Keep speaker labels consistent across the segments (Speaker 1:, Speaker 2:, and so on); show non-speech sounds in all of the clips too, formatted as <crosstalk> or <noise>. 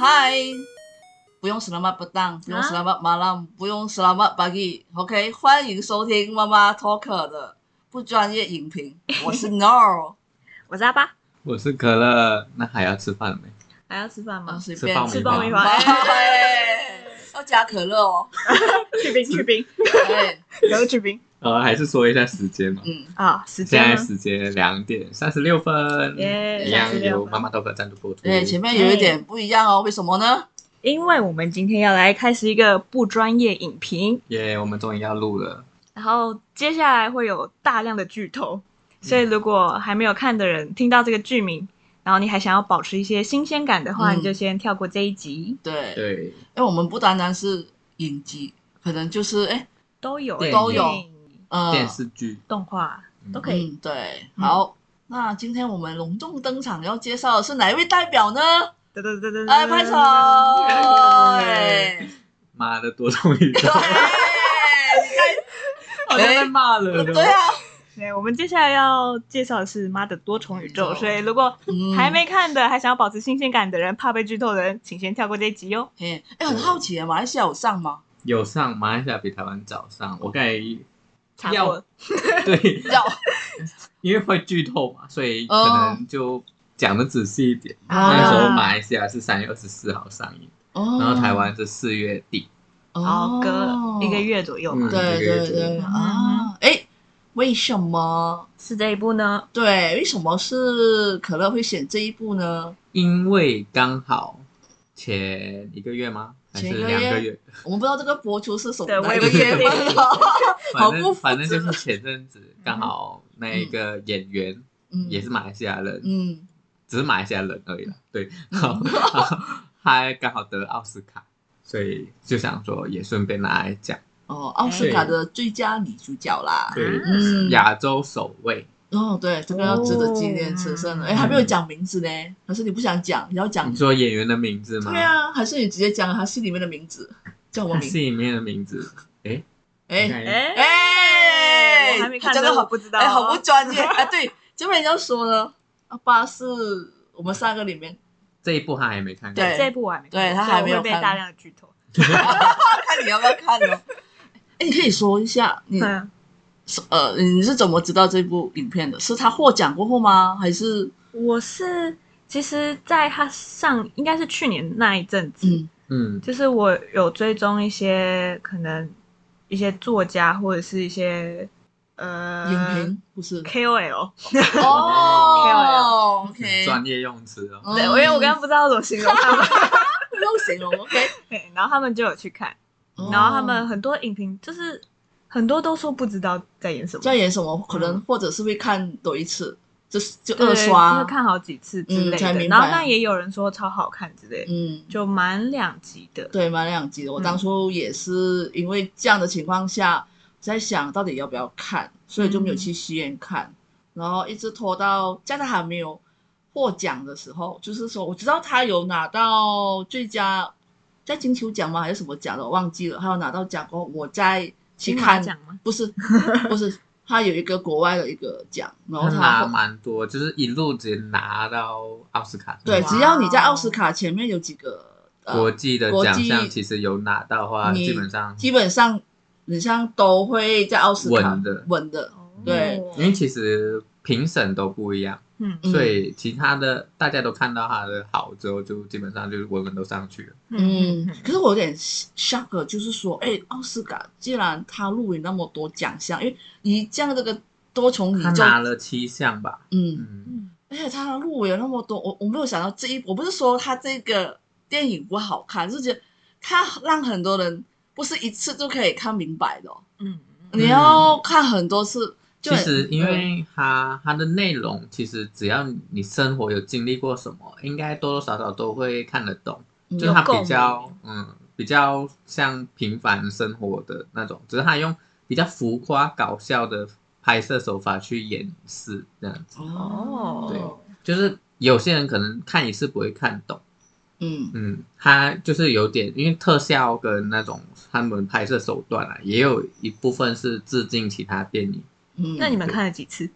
Speaker 1: Hi，不用 selamat petang，不用
Speaker 2: 啊
Speaker 1: selamat malam，不用 selamat pagi，OK，、欢迎收听妈妈 Talker 的不专业影
Speaker 2: <laughs>
Speaker 1: 评，我是 No，
Speaker 2: 我是阿巴，
Speaker 3: 我是可乐，那还要吃饭没？
Speaker 2: 还要吃饭
Speaker 1: 啊
Speaker 2: 吗？
Speaker 1: 随
Speaker 3: 吃
Speaker 1: 便
Speaker 3: 爆米
Speaker 2: 吃爆米花 <laughs>
Speaker 1: 哎要加可乐哦，
Speaker 2: 去 <laughs> 冰去冰，
Speaker 1: 对，
Speaker 2: 然后去冰
Speaker 3: 呃，还是说一下时间嘛。
Speaker 1: 嗯，
Speaker 2: 啊！时
Speaker 3: 现在
Speaker 2: 间呢
Speaker 3: 时间两点三十六分，
Speaker 2: 耶
Speaker 3: 一样
Speaker 2: 36
Speaker 3: 由
Speaker 2: 分
Speaker 3: 妈妈豆哥赞助播出。
Speaker 1: 对，前面有一点不一样哦，为什么呢？
Speaker 2: 因为我们今天要来开始一个不专业影评，
Speaker 3: 耶我们终于要录了。
Speaker 2: 然后接下来会有大量的剧透，所以如果还没有看的人听到这个剧名，然后你还想要保持一些新鲜感的话，
Speaker 1: 嗯
Speaker 2: 你就先跳过这一集，
Speaker 1: 对，因
Speaker 3: 对，
Speaker 1: 为我们不单单是影集，可能就是哎，
Speaker 2: 都有
Speaker 3: 电影
Speaker 1: 都有
Speaker 2: 电影
Speaker 1: 呃，
Speaker 3: 电视剧
Speaker 2: 动画
Speaker 3: 嗯
Speaker 2: 都可以。
Speaker 1: 嗯，对，
Speaker 2: 嗯
Speaker 1: 好。那今天我们隆重登场，要介绍的是哪一位代表呢？
Speaker 2: 噔噔噔噔
Speaker 1: 哎，拍手！哎，
Speaker 2: 嗯
Speaker 3: 妈的多重宇宙
Speaker 1: <laughs> 对，，你
Speaker 3: 好像被骂了。
Speaker 1: 哦看，对啊，
Speaker 2: 对，我们接下来要介绍的是《妈的多重宇宙》，
Speaker 1: 宇宙
Speaker 2: 所以如果
Speaker 1: 嗯
Speaker 2: 还。没看的，还想要保持新鲜感的人，怕被剧透的人，请先跳过这一集哦。
Speaker 1: 哎，哎很好奇，马来西亚有上吗？
Speaker 3: 有上马来西亚比台湾早上，我该
Speaker 2: 查
Speaker 3: 要
Speaker 2: 过，
Speaker 3: 对，
Speaker 1: 有
Speaker 3: <laughs> 因为会剧透嘛，所以可能就讲的仔细一点。
Speaker 2: 啊
Speaker 1: 哦
Speaker 3: 那时候马来西亚是三月二十四号上映，
Speaker 1: 哦
Speaker 3: 然后台湾是四月底。
Speaker 2: 哦好隔一个。月左右嘛。
Speaker 3: 嗯
Speaker 1: 对
Speaker 3: 一个月
Speaker 1: 对
Speaker 3: 左右
Speaker 1: 对
Speaker 2: 嗯
Speaker 1: 啊，哎，为什么？
Speaker 2: 是这一部呢？
Speaker 1: 对，为什么是可乐会选这一部呢？
Speaker 3: 因为刚好前一个月吗？还是
Speaker 1: 前一个
Speaker 3: 两
Speaker 1: 月
Speaker 3: 个月？
Speaker 1: 我们不知道这个播出是什么
Speaker 2: 对我
Speaker 1: 哪
Speaker 2: 也
Speaker 1: 个
Speaker 2: 不
Speaker 1: 月
Speaker 2: 确定
Speaker 1: 份啊了。好
Speaker 3: 反
Speaker 1: 不
Speaker 3: 正
Speaker 1: 负
Speaker 3: 反正就
Speaker 1: 责
Speaker 3: 是前阵子刚好那一个演员
Speaker 1: 嗯
Speaker 3: <laughs> 也是马来西亚人，
Speaker 1: 嗯，
Speaker 3: 只是马来西亚人而已啦。对， <laughs> 然后然后他刚好得奥斯卡，所以就想说也顺便拿来讲，
Speaker 1: 哦，奥斯卡的最佳女主角啦。
Speaker 3: 对，
Speaker 1: 嗯
Speaker 3: 亚洲首位。
Speaker 1: 哦，对，这个要值得纪念此生
Speaker 2: 哦
Speaker 1: 的。哎、还没有讲名字呢，可是你不想讲，你要讲
Speaker 3: 你。说演员的名字吗？
Speaker 1: 对，啊，还是你直接讲他戏里面的名字，叫我
Speaker 3: 他
Speaker 1: 名。
Speaker 3: 戏里面的名字，诶，
Speaker 1: 哎
Speaker 3: 哎，
Speaker 2: 哎
Speaker 1: 哎，
Speaker 2: 我还没看，
Speaker 1: 真的
Speaker 2: 所以我
Speaker 1: 好
Speaker 2: 不知道哦。
Speaker 1: 哎，好不专业哎。对，这边要说呢，阿巴是我们三个里面，
Speaker 3: 这一部他还没看过。
Speaker 1: 对
Speaker 2: 这一部我还没看，
Speaker 1: 对他还没有
Speaker 2: 所以我会
Speaker 1: 看
Speaker 2: 被大量的剧透。
Speaker 1: 看你要不要看哦。哎，你可以说一下你
Speaker 2: 对啊，
Speaker 1: 是呃你是怎么知道这部影片的？是他获奖过后吗？还是
Speaker 2: 我是其实在他上应该是去年那一阵子，
Speaker 1: 嗯
Speaker 3: 嗯，
Speaker 2: 就是我有追踪一些可能一些作家或者是一些呃
Speaker 1: 影评不是？
Speaker 2: KOL，
Speaker 1: 哦，OK，
Speaker 3: 专业用词哦。
Speaker 2: 对，因为我刚刚不知道怎么形容
Speaker 1: <laughs>
Speaker 2: 他们。
Speaker 1: 不用形容，OK。
Speaker 2: 对，然后他们就有去看，
Speaker 1: 哦
Speaker 2: 然后他们很多影评就是很多都说不知道在演什么，
Speaker 1: 在演什么，可能或者是会看多一次，就是就
Speaker 2: 对
Speaker 1: 二刷
Speaker 2: 就是，看好几次之类
Speaker 1: 嗯才
Speaker 2: 的。
Speaker 1: 明白
Speaker 2: 然后但也有人说超好看之类的，
Speaker 1: 嗯，
Speaker 2: 就蛮两极的。
Speaker 1: 对，蛮两集的。我
Speaker 2: 嗯
Speaker 1: 当初也是因为这样的情况下，在想到底要不要看，所以就没有去戏院看，
Speaker 2: 嗯
Speaker 1: 然后一直拖到加在还没有获奖的时候，就是说我知道他有拿到最佳，在金球奖吗还是什么奖的，我忘记了，还有拿到奖过后，我再去
Speaker 2: 金马
Speaker 1: 看，
Speaker 2: 奖吗？
Speaker 1: 不是不是，他有一个国外的一个奖，然后
Speaker 3: 他
Speaker 1: 他
Speaker 3: 拿
Speaker 1: 后
Speaker 3: 蛮多，就是一路直接拿到奥斯卡。
Speaker 1: 对，
Speaker 2: 哇
Speaker 1: 只要你在奥斯卡前面有几个呃
Speaker 3: 国际的
Speaker 1: 国
Speaker 3: 奖
Speaker 1: 际
Speaker 3: 项，其实有拿到的话，
Speaker 1: 你
Speaker 3: 基本上，
Speaker 1: 基本上你像都会在奥斯卡
Speaker 3: 稳的
Speaker 1: 稳的，
Speaker 2: 哦
Speaker 1: 对
Speaker 3: 因为其实评审都不一样，
Speaker 2: 嗯
Speaker 1: 嗯
Speaker 3: 所以其他的大家都看到他的好之后，就基本上就是稳稳都上去了。
Speaker 1: 嗯
Speaker 2: 嗯，嗯，
Speaker 1: 可是我有点 shock，就是说，哎，奥斯卡既然他入围那么多奖项，因为一降这个多重宇
Speaker 3: 他
Speaker 1: 宙，
Speaker 3: 拿了七项吧，
Speaker 1: 嗯，
Speaker 3: 嗯，
Speaker 2: 嗯
Speaker 1: 而且他入围了那么多，我我没有想到这一，我不是说他这个电影不好看，是觉得他让很多人不是一次就可以看明白的哦、
Speaker 2: 嗯嗯
Speaker 1: 你要看很多次。就
Speaker 3: 其实
Speaker 1: 嗯
Speaker 3: 因为他他的内容，其实只要你生活有经历过什么，应该多多少少都会看得懂。
Speaker 1: 嗯
Speaker 3: 就它
Speaker 2: 共
Speaker 3: 比较嗯比较像平凡生活的那种，只是它用比较浮夸搞笑的拍摄手法去演示这样子。
Speaker 2: 哦，
Speaker 3: 就是有些人可能看一次不会看懂，
Speaker 1: 对，嗯
Speaker 3: 嗯，它就是有点因为特效跟那种他们拍摄手段啊，也有一部分是致敬其他电影。
Speaker 1: 嗯，
Speaker 2: 那你们看了几次？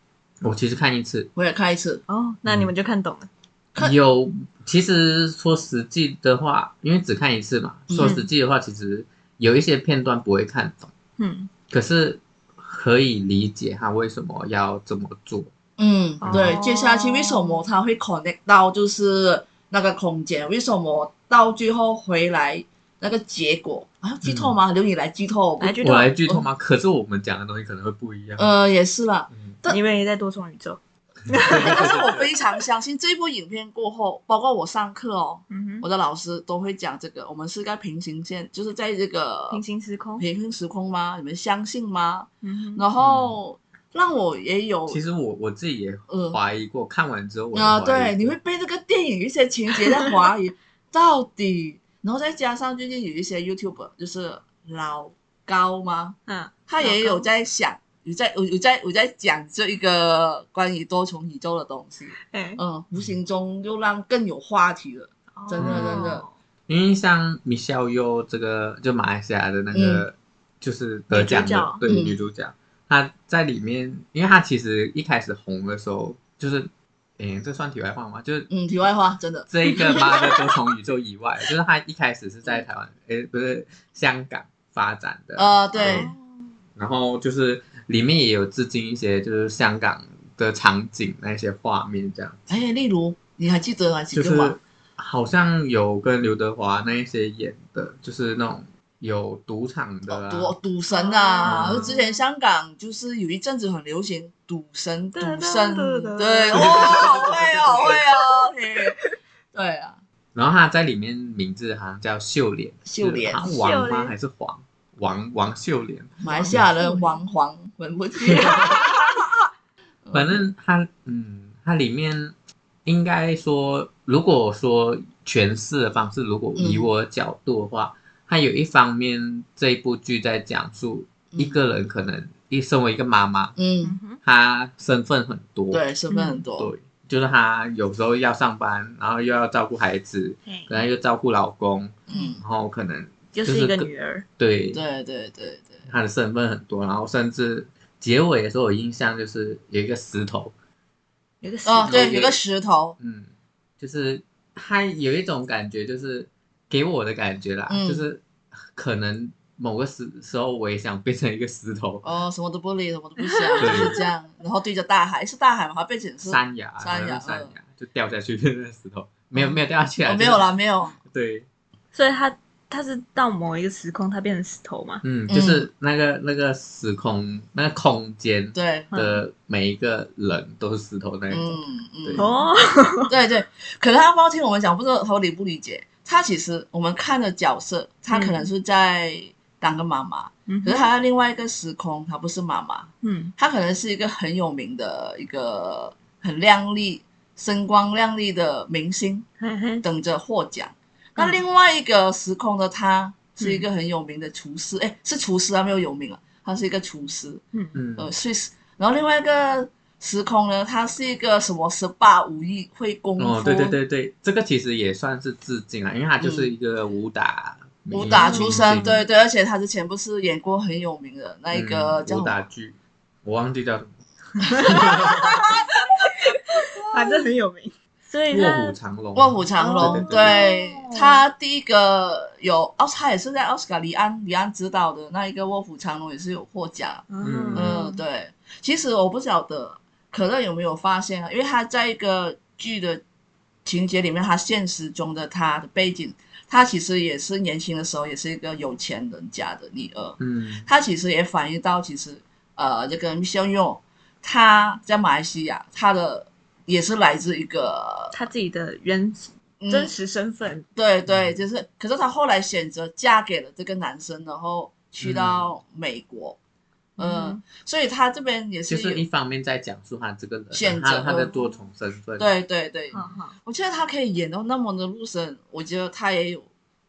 Speaker 3: 我其实看一次，
Speaker 1: 我也看一次，
Speaker 2: 哦，那你们就看懂了。
Speaker 1: 看
Speaker 3: 有，其实说实际的话，因为只看一次嘛，
Speaker 1: 嗯
Speaker 3: 说实际的话，其实有一些片段不会看懂，
Speaker 2: 嗯，
Speaker 3: 可是可以理解他为什么要这么做。
Speaker 1: 嗯，对，
Speaker 2: 哦
Speaker 1: 接下去为什么他会 connect 到就是那个空间？为什么到最后回来那个结果啊？剧透吗？留你来剧透，
Speaker 2: 嗯来剧
Speaker 3: 我
Speaker 2: 透，
Speaker 3: 来剧透吗？可是我们讲的东西可能会不一样。
Speaker 1: 呃，也是啦。
Speaker 3: 嗯，
Speaker 1: 但
Speaker 2: 因为在多重宇宙。
Speaker 1: <laughs> 但是我非常相信这部影片过后，包括我上课哦，
Speaker 2: 嗯
Speaker 1: 我
Speaker 2: 哼，
Speaker 1: 的老师都会讲这个，我们是在平行线，就是在这个
Speaker 2: 平行时空。
Speaker 1: 平行时空吗？你们相信吗？
Speaker 2: 嗯哼，
Speaker 1: 然后让我也有
Speaker 3: 其实我我自己也
Speaker 1: 嗯
Speaker 3: 怀疑过，看完之后我也
Speaker 1: 啊，
Speaker 3: 怀
Speaker 1: 对，
Speaker 3: 疑
Speaker 1: 你
Speaker 3: 过
Speaker 1: 会被这个电影一些情节在怀
Speaker 2: <laughs>
Speaker 1: 疑到底，然后再加上最近有一些 YouTube 就是老高吗？
Speaker 2: 嗯，
Speaker 1: 他也
Speaker 2: 老高
Speaker 1: 有在想，有在有有在有在讲这一个关于多重宇宙的东西，
Speaker 2: 哎，
Speaker 1: 嗯，无形中又让更有话题了。真的
Speaker 3: 真
Speaker 1: 的
Speaker 2: 哦
Speaker 3: 因为像米肖优这个，就马来西亚的那个，就是得
Speaker 2: 女主
Speaker 3: 奖的
Speaker 2: 角
Speaker 3: 对
Speaker 1: 嗯
Speaker 3: 女主角，她在里面，因为她其实一开始红的时候，就是，诶，这算题外话吗？就是
Speaker 1: 嗯，题外话，真的，
Speaker 3: 这一个
Speaker 1: <laughs>
Speaker 3: 妈的多重宇宙以外， <laughs> 就是她一开始是在台湾，诶，不是香港发展的，
Speaker 1: 呃，对，
Speaker 3: 然后就是里面也有致敬一些就是香港的场景那些画面这样。
Speaker 1: 哎，例如你还记得哪几
Speaker 3: 就
Speaker 1: 个吗
Speaker 3: 是？好像有跟刘德华那一些演的，就是那种有赌场的、啊
Speaker 1: 哦赌赌神啊！
Speaker 3: 嗯
Speaker 1: 之前香港就是有一阵子很流行赌神、赌
Speaker 2: 对对
Speaker 1: 圣，
Speaker 2: 对对
Speaker 1: 对，
Speaker 2: 对
Speaker 1: 哇，好会哦，好会哦，嘿对啊，
Speaker 3: 然后他在里面名字好像叫秀莲，
Speaker 1: 秀莲
Speaker 3: 是好像王
Speaker 2: 秀
Speaker 3: 吗？
Speaker 2: 莲
Speaker 3: 还是黄？王王秀莲，
Speaker 1: 马来西亚人黄黄文不
Speaker 3: <laughs>
Speaker 1: 清， <laughs> 哦嗯
Speaker 3: 反正他嗯，他里面应该说，如果说诠释的方式，如果以
Speaker 1: 嗯
Speaker 3: 我的角度的话，他有一方面这一部剧在讲述
Speaker 1: 嗯
Speaker 3: 一个人可能一身为一个妈妈，
Speaker 1: 嗯，
Speaker 2: 嗯哼，
Speaker 3: 她身份很多，
Speaker 1: 对，身份很多，
Speaker 3: 对，就是她有时候要上班，然后又要照顾孩子，
Speaker 2: 嘿
Speaker 3: 可能又照顾老公，
Speaker 1: 嗯，
Speaker 3: 然后可能
Speaker 2: 哎就
Speaker 3: 就是
Speaker 2: 是一个
Speaker 3: 跟
Speaker 2: 女儿。
Speaker 3: 对
Speaker 1: 对对对对，
Speaker 3: 她的身份很多，然后甚至结尾的时候，我印象就是有一个石头，
Speaker 2: 有一个石
Speaker 1: 哦，
Speaker 2: 头
Speaker 1: 对，有个石头，
Speaker 3: 嗯，就是她有一种感觉，就是给我的感觉啦，
Speaker 1: 嗯
Speaker 3: 就是可能某个时时候我也想变成一个石头，
Speaker 1: 哦，什么都不理，什么都不想，
Speaker 3: 对
Speaker 1: 就是这样，然后对着大海，是大海吗？它变成是，
Speaker 3: 山崖，
Speaker 1: 山
Speaker 3: 好像
Speaker 1: 崖嗯
Speaker 3: 是山崖、就掉下去变成石头，没有没有掉下去啊，
Speaker 1: 哦，
Speaker 3: 就
Speaker 1: 没
Speaker 3: 是
Speaker 1: 有啦，，没有，
Speaker 3: 对。
Speaker 2: 所以他他是到某一个时空，他变成石头嘛？
Speaker 3: 嗯，
Speaker 1: 嗯
Speaker 3: 就是那个那个时空那个空间
Speaker 1: 对，
Speaker 2: 啊
Speaker 3: 的每一个人都是石头那一种，
Speaker 1: 嗯嗯
Speaker 3: 对。
Speaker 2: 哦，
Speaker 1: 对对，可能他不知道听我们讲，不知道他理不理解。他其实我们看的角色，他可
Speaker 3: 嗯
Speaker 1: 能是在当个妈妈，
Speaker 2: 嗯
Speaker 1: 可是
Speaker 2: 哼
Speaker 1: 他在另外一个时空，他不是妈妈，
Speaker 2: 嗯
Speaker 1: 他可能是一个很有名的一个很亮丽、声光亮丽的明星，
Speaker 2: 嘿嘿，
Speaker 1: 等着获奖。那
Speaker 2: 嗯
Speaker 1: 另外一个时空的他是
Speaker 3: 嗯
Speaker 1: 一个很有名的厨师，哎、是厨师啊，没有有名啊，他是一个厨师，
Speaker 2: 嗯
Speaker 3: 嗯，
Speaker 1: 呃，Swiss。然后另外一个时空呢，他是一个什么十八武艺会功夫，
Speaker 3: 哦，对对对对，这个其实也算是致敬啊，因为它就是一个武打明
Speaker 1: 嗯武打
Speaker 3: 明
Speaker 1: 出身，
Speaker 3: 星
Speaker 1: 对对，而且他之前不是演过很有名的那一个
Speaker 3: 嗯
Speaker 1: 叫
Speaker 3: 武
Speaker 1: 什
Speaker 3: 打
Speaker 1: 么？
Speaker 3: 剧，我忘记叫什么
Speaker 2: 反正很有名，所以
Speaker 3: 《卧
Speaker 2: 他
Speaker 3: 虎藏龙》，啊
Speaker 1: 卧虎藏龙，
Speaker 3: 对
Speaker 2: 对对
Speaker 1: 对他第一个有奥斯卡也是在奥斯卡，李安李安执导的那一个《卧虎藏龙》也是有获奖。
Speaker 3: 嗯
Speaker 1: 嗯，
Speaker 2: 嗯
Speaker 1: 对。其实我不晓得可乐有没有发现啊，因为他在一个剧的情节里面，他现实中的他的背景，他其实也是年轻的时候也是一个有钱人家的女儿。
Speaker 3: 嗯
Speaker 1: 它其实也反映到，其实呃，这个 Michelle Yeoh，她在马来西亚，她的也是来自一个、
Speaker 2: 他自己的原
Speaker 1: 嗯
Speaker 2: 真实身份，
Speaker 1: 对对，
Speaker 2: 嗯
Speaker 1: 就是，可是她后来选择嫁给了这个男生，然后去到美国，嗯，
Speaker 2: 嗯
Speaker 1: 所以她这边也是
Speaker 3: 就
Speaker 1: 有，
Speaker 3: 是一方面在讲述他这个人
Speaker 1: 选
Speaker 3: 啊，他
Speaker 1: 择
Speaker 3: 他的多重身份，，
Speaker 1: 嗯对对对，
Speaker 2: 哈哈，
Speaker 1: 我觉得她可以演到那么的入神，我觉得她也有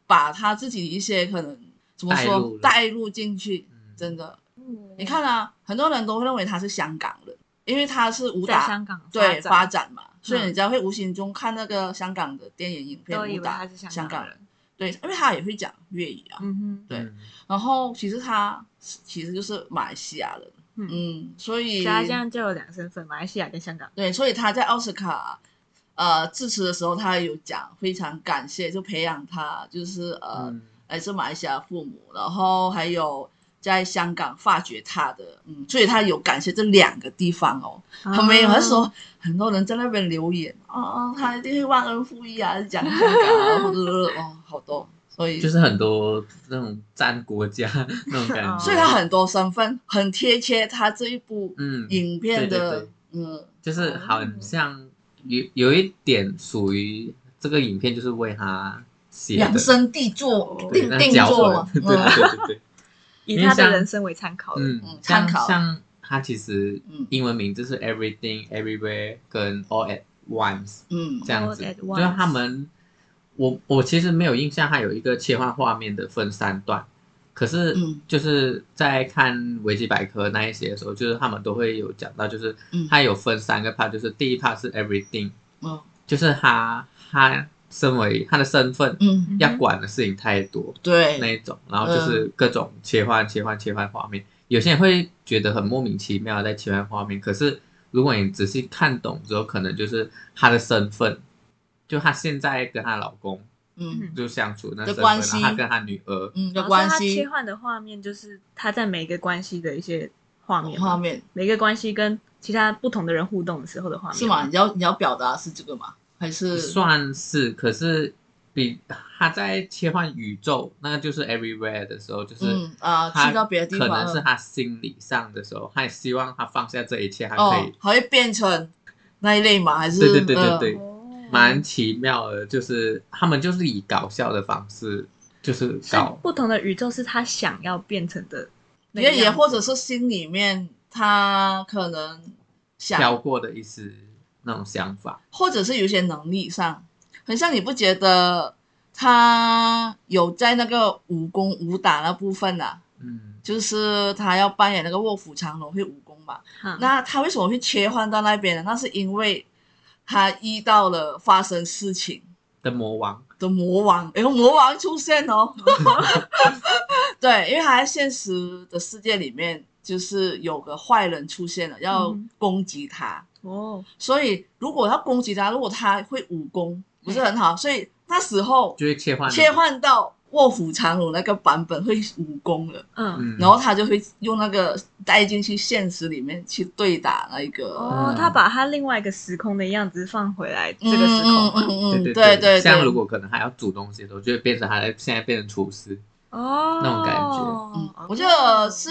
Speaker 1: 把她自己一些可能怎么
Speaker 3: 带
Speaker 1: 说
Speaker 3: 入了
Speaker 1: 带入进去，
Speaker 2: 嗯
Speaker 1: 真
Speaker 3: 的，
Speaker 1: 的，
Speaker 2: 你
Speaker 1: 你看啊，很多人都会认为她是香港人，因为她是武
Speaker 2: 在
Speaker 1: 打。
Speaker 2: 香港
Speaker 1: 对
Speaker 2: 展
Speaker 1: 发展嘛，所以
Speaker 2: 嗯
Speaker 1: 人家会无形中看那个香港的电影影片
Speaker 2: 都
Speaker 1: 武
Speaker 2: 以为
Speaker 1: 打
Speaker 2: 他是
Speaker 1: 香
Speaker 2: 港
Speaker 1: 港人，，对，因为他也会讲粤语啊。
Speaker 2: 嗯哼，
Speaker 1: 对
Speaker 3: 嗯
Speaker 1: 然后其实他其实就是马来西亚人，
Speaker 2: 嗯，啊
Speaker 1: 嗯，所
Speaker 2: 所
Speaker 1: 以
Speaker 2: 以他现在就有两个身份，马来西亚跟香港，
Speaker 1: 对，所以他在奥斯卡呃致辞的时候，他有讲非常感谢，就培养他，就是呃、
Speaker 3: 嗯
Speaker 1: 来自马来西亚父母，然后还有在香港发掘他的，嗯，所以他有感谢这两个地方哦。
Speaker 2: 啊
Speaker 1: 他没有，他
Speaker 2: 哦
Speaker 1: 说很多人在那边留言，哦，他一定会忘恩负义啊，讲香港啊，或者是哦好多，所以
Speaker 3: 嗯就是很多那种占国家那种感觉，
Speaker 1: <laughs> 所以他很多身份很贴切他这一部
Speaker 3: 嗯，
Speaker 1: 影片
Speaker 3: 对
Speaker 1: 的
Speaker 3: 对，
Speaker 1: 嗯，
Speaker 3: 就是很像有有一点属于这个影片就是为他写的
Speaker 1: 量，身定做
Speaker 2: 对
Speaker 1: 定
Speaker 3: 那
Speaker 1: 定
Speaker 3: 脚
Speaker 1: 做嘛
Speaker 3: 本，对
Speaker 1: 嗯
Speaker 3: 对对
Speaker 1: <laughs>
Speaker 3: 对对，
Speaker 2: 以
Speaker 3: 因为
Speaker 2: 他的
Speaker 3: 像
Speaker 2: 人生为参考的。
Speaker 3: 嗯
Speaker 1: 嗯，参
Speaker 3: 像
Speaker 1: 考
Speaker 3: 像他其实
Speaker 1: 嗯
Speaker 3: 英文名字是 Everything Everywhere 跟 All at Once
Speaker 1: 嗯
Speaker 3: 这样子，
Speaker 2: All at
Speaker 3: 就是他们，我我其实没有印象，他有一个切换画面的分三段，可是
Speaker 1: 嗯
Speaker 3: 就是在看维基百科那一些的时候，就是他们都会有讲到，就是
Speaker 1: 嗯
Speaker 3: 他有分三个 part，就是第一 part 是 everything，
Speaker 1: 嗯
Speaker 3: 就是他他身为他的身份
Speaker 1: 嗯，
Speaker 3: 要管的事情太多那
Speaker 1: 对，
Speaker 3: 一种，然后就是各种切换切换切换画面，有些人会觉得很莫名其妙在切换画面，可是如果你仔细看懂之后，可能就是他的身份，就她现在跟她老公
Speaker 1: 嗯
Speaker 3: 就相处
Speaker 1: 的
Speaker 3: 那身份，
Speaker 1: 关
Speaker 3: 然后
Speaker 1: 系
Speaker 3: 她跟她女儿，
Speaker 1: 嗯的
Speaker 2: 然后
Speaker 1: 关
Speaker 2: 所以他
Speaker 1: 系
Speaker 2: 切换的画面就是他在每一个关系的一些画面嘛，
Speaker 1: 画面
Speaker 2: 每一个关系跟其他不同的人互动的时候的画面
Speaker 1: 是吗？？你要你要表达是这个吗？还是
Speaker 3: 算是，可是比他在切换宇宙，那个就是 everywhere 的时候，就是
Speaker 1: 嗯啊
Speaker 3: 她
Speaker 1: 去到别的地方
Speaker 3: 可能
Speaker 1: 了
Speaker 3: 是他心理上的时候，他也希望他放下这一切，他啊可
Speaker 1: 哦
Speaker 3: 以，
Speaker 1: 还会变成那一类吗？还是
Speaker 3: 对对对对
Speaker 1: 呃
Speaker 3: 对
Speaker 2: 哦
Speaker 3: 蛮奇妙的，就是他们就是以搞笑的方式，就是
Speaker 2: 是
Speaker 3: 搞
Speaker 2: 不同的宇宙是他想要变成的那个样
Speaker 1: 也
Speaker 2: 子，
Speaker 1: 也或者是心里面他可能
Speaker 3: 飘
Speaker 1: 想，
Speaker 3: 过的一丝那种想法，
Speaker 1: 或者是有一些能力上，很像你不觉得他有在那个武功武打那部分啊？
Speaker 3: 嗯，
Speaker 1: 就是他要扮演那个卧虎藏龙会武功嘛？
Speaker 2: 嗯
Speaker 1: 那他为什么会切换到那边呢？那是因为他遇到了发生事情
Speaker 3: 的魔王，
Speaker 1: 的魔王，哎呦，魔王出现哦！对，因为他在现实的世界里面，就是有个坏人出现了，要
Speaker 2: 嗯
Speaker 1: 攻击他，
Speaker 2: 哦，
Speaker 1: 所以如果要攻击他，如果他会武功不是很好，所以那时候
Speaker 3: 就会切换
Speaker 1: 切，换到卧虎藏龙那个版本会武功了，
Speaker 2: 嗯，
Speaker 3: 嗯，
Speaker 1: 然后他就会用那个带进去现实里面去对打那一个。
Speaker 2: 哦，
Speaker 3: 嗯
Speaker 2: 他把他另外一个时空的样子放回来
Speaker 1: 嗯
Speaker 2: 这个时空
Speaker 1: 嗯
Speaker 2: 嘛，
Speaker 1: 嗯
Speaker 3: 对
Speaker 1: 嗯，
Speaker 3: 对
Speaker 1: 对对，
Speaker 3: 像如果可能还要煮东西的时候，就会变成他在现在变成厨师，
Speaker 2: 哦，
Speaker 3: 那种感觉
Speaker 1: 嗯
Speaker 2: 哦，
Speaker 1: 我觉得是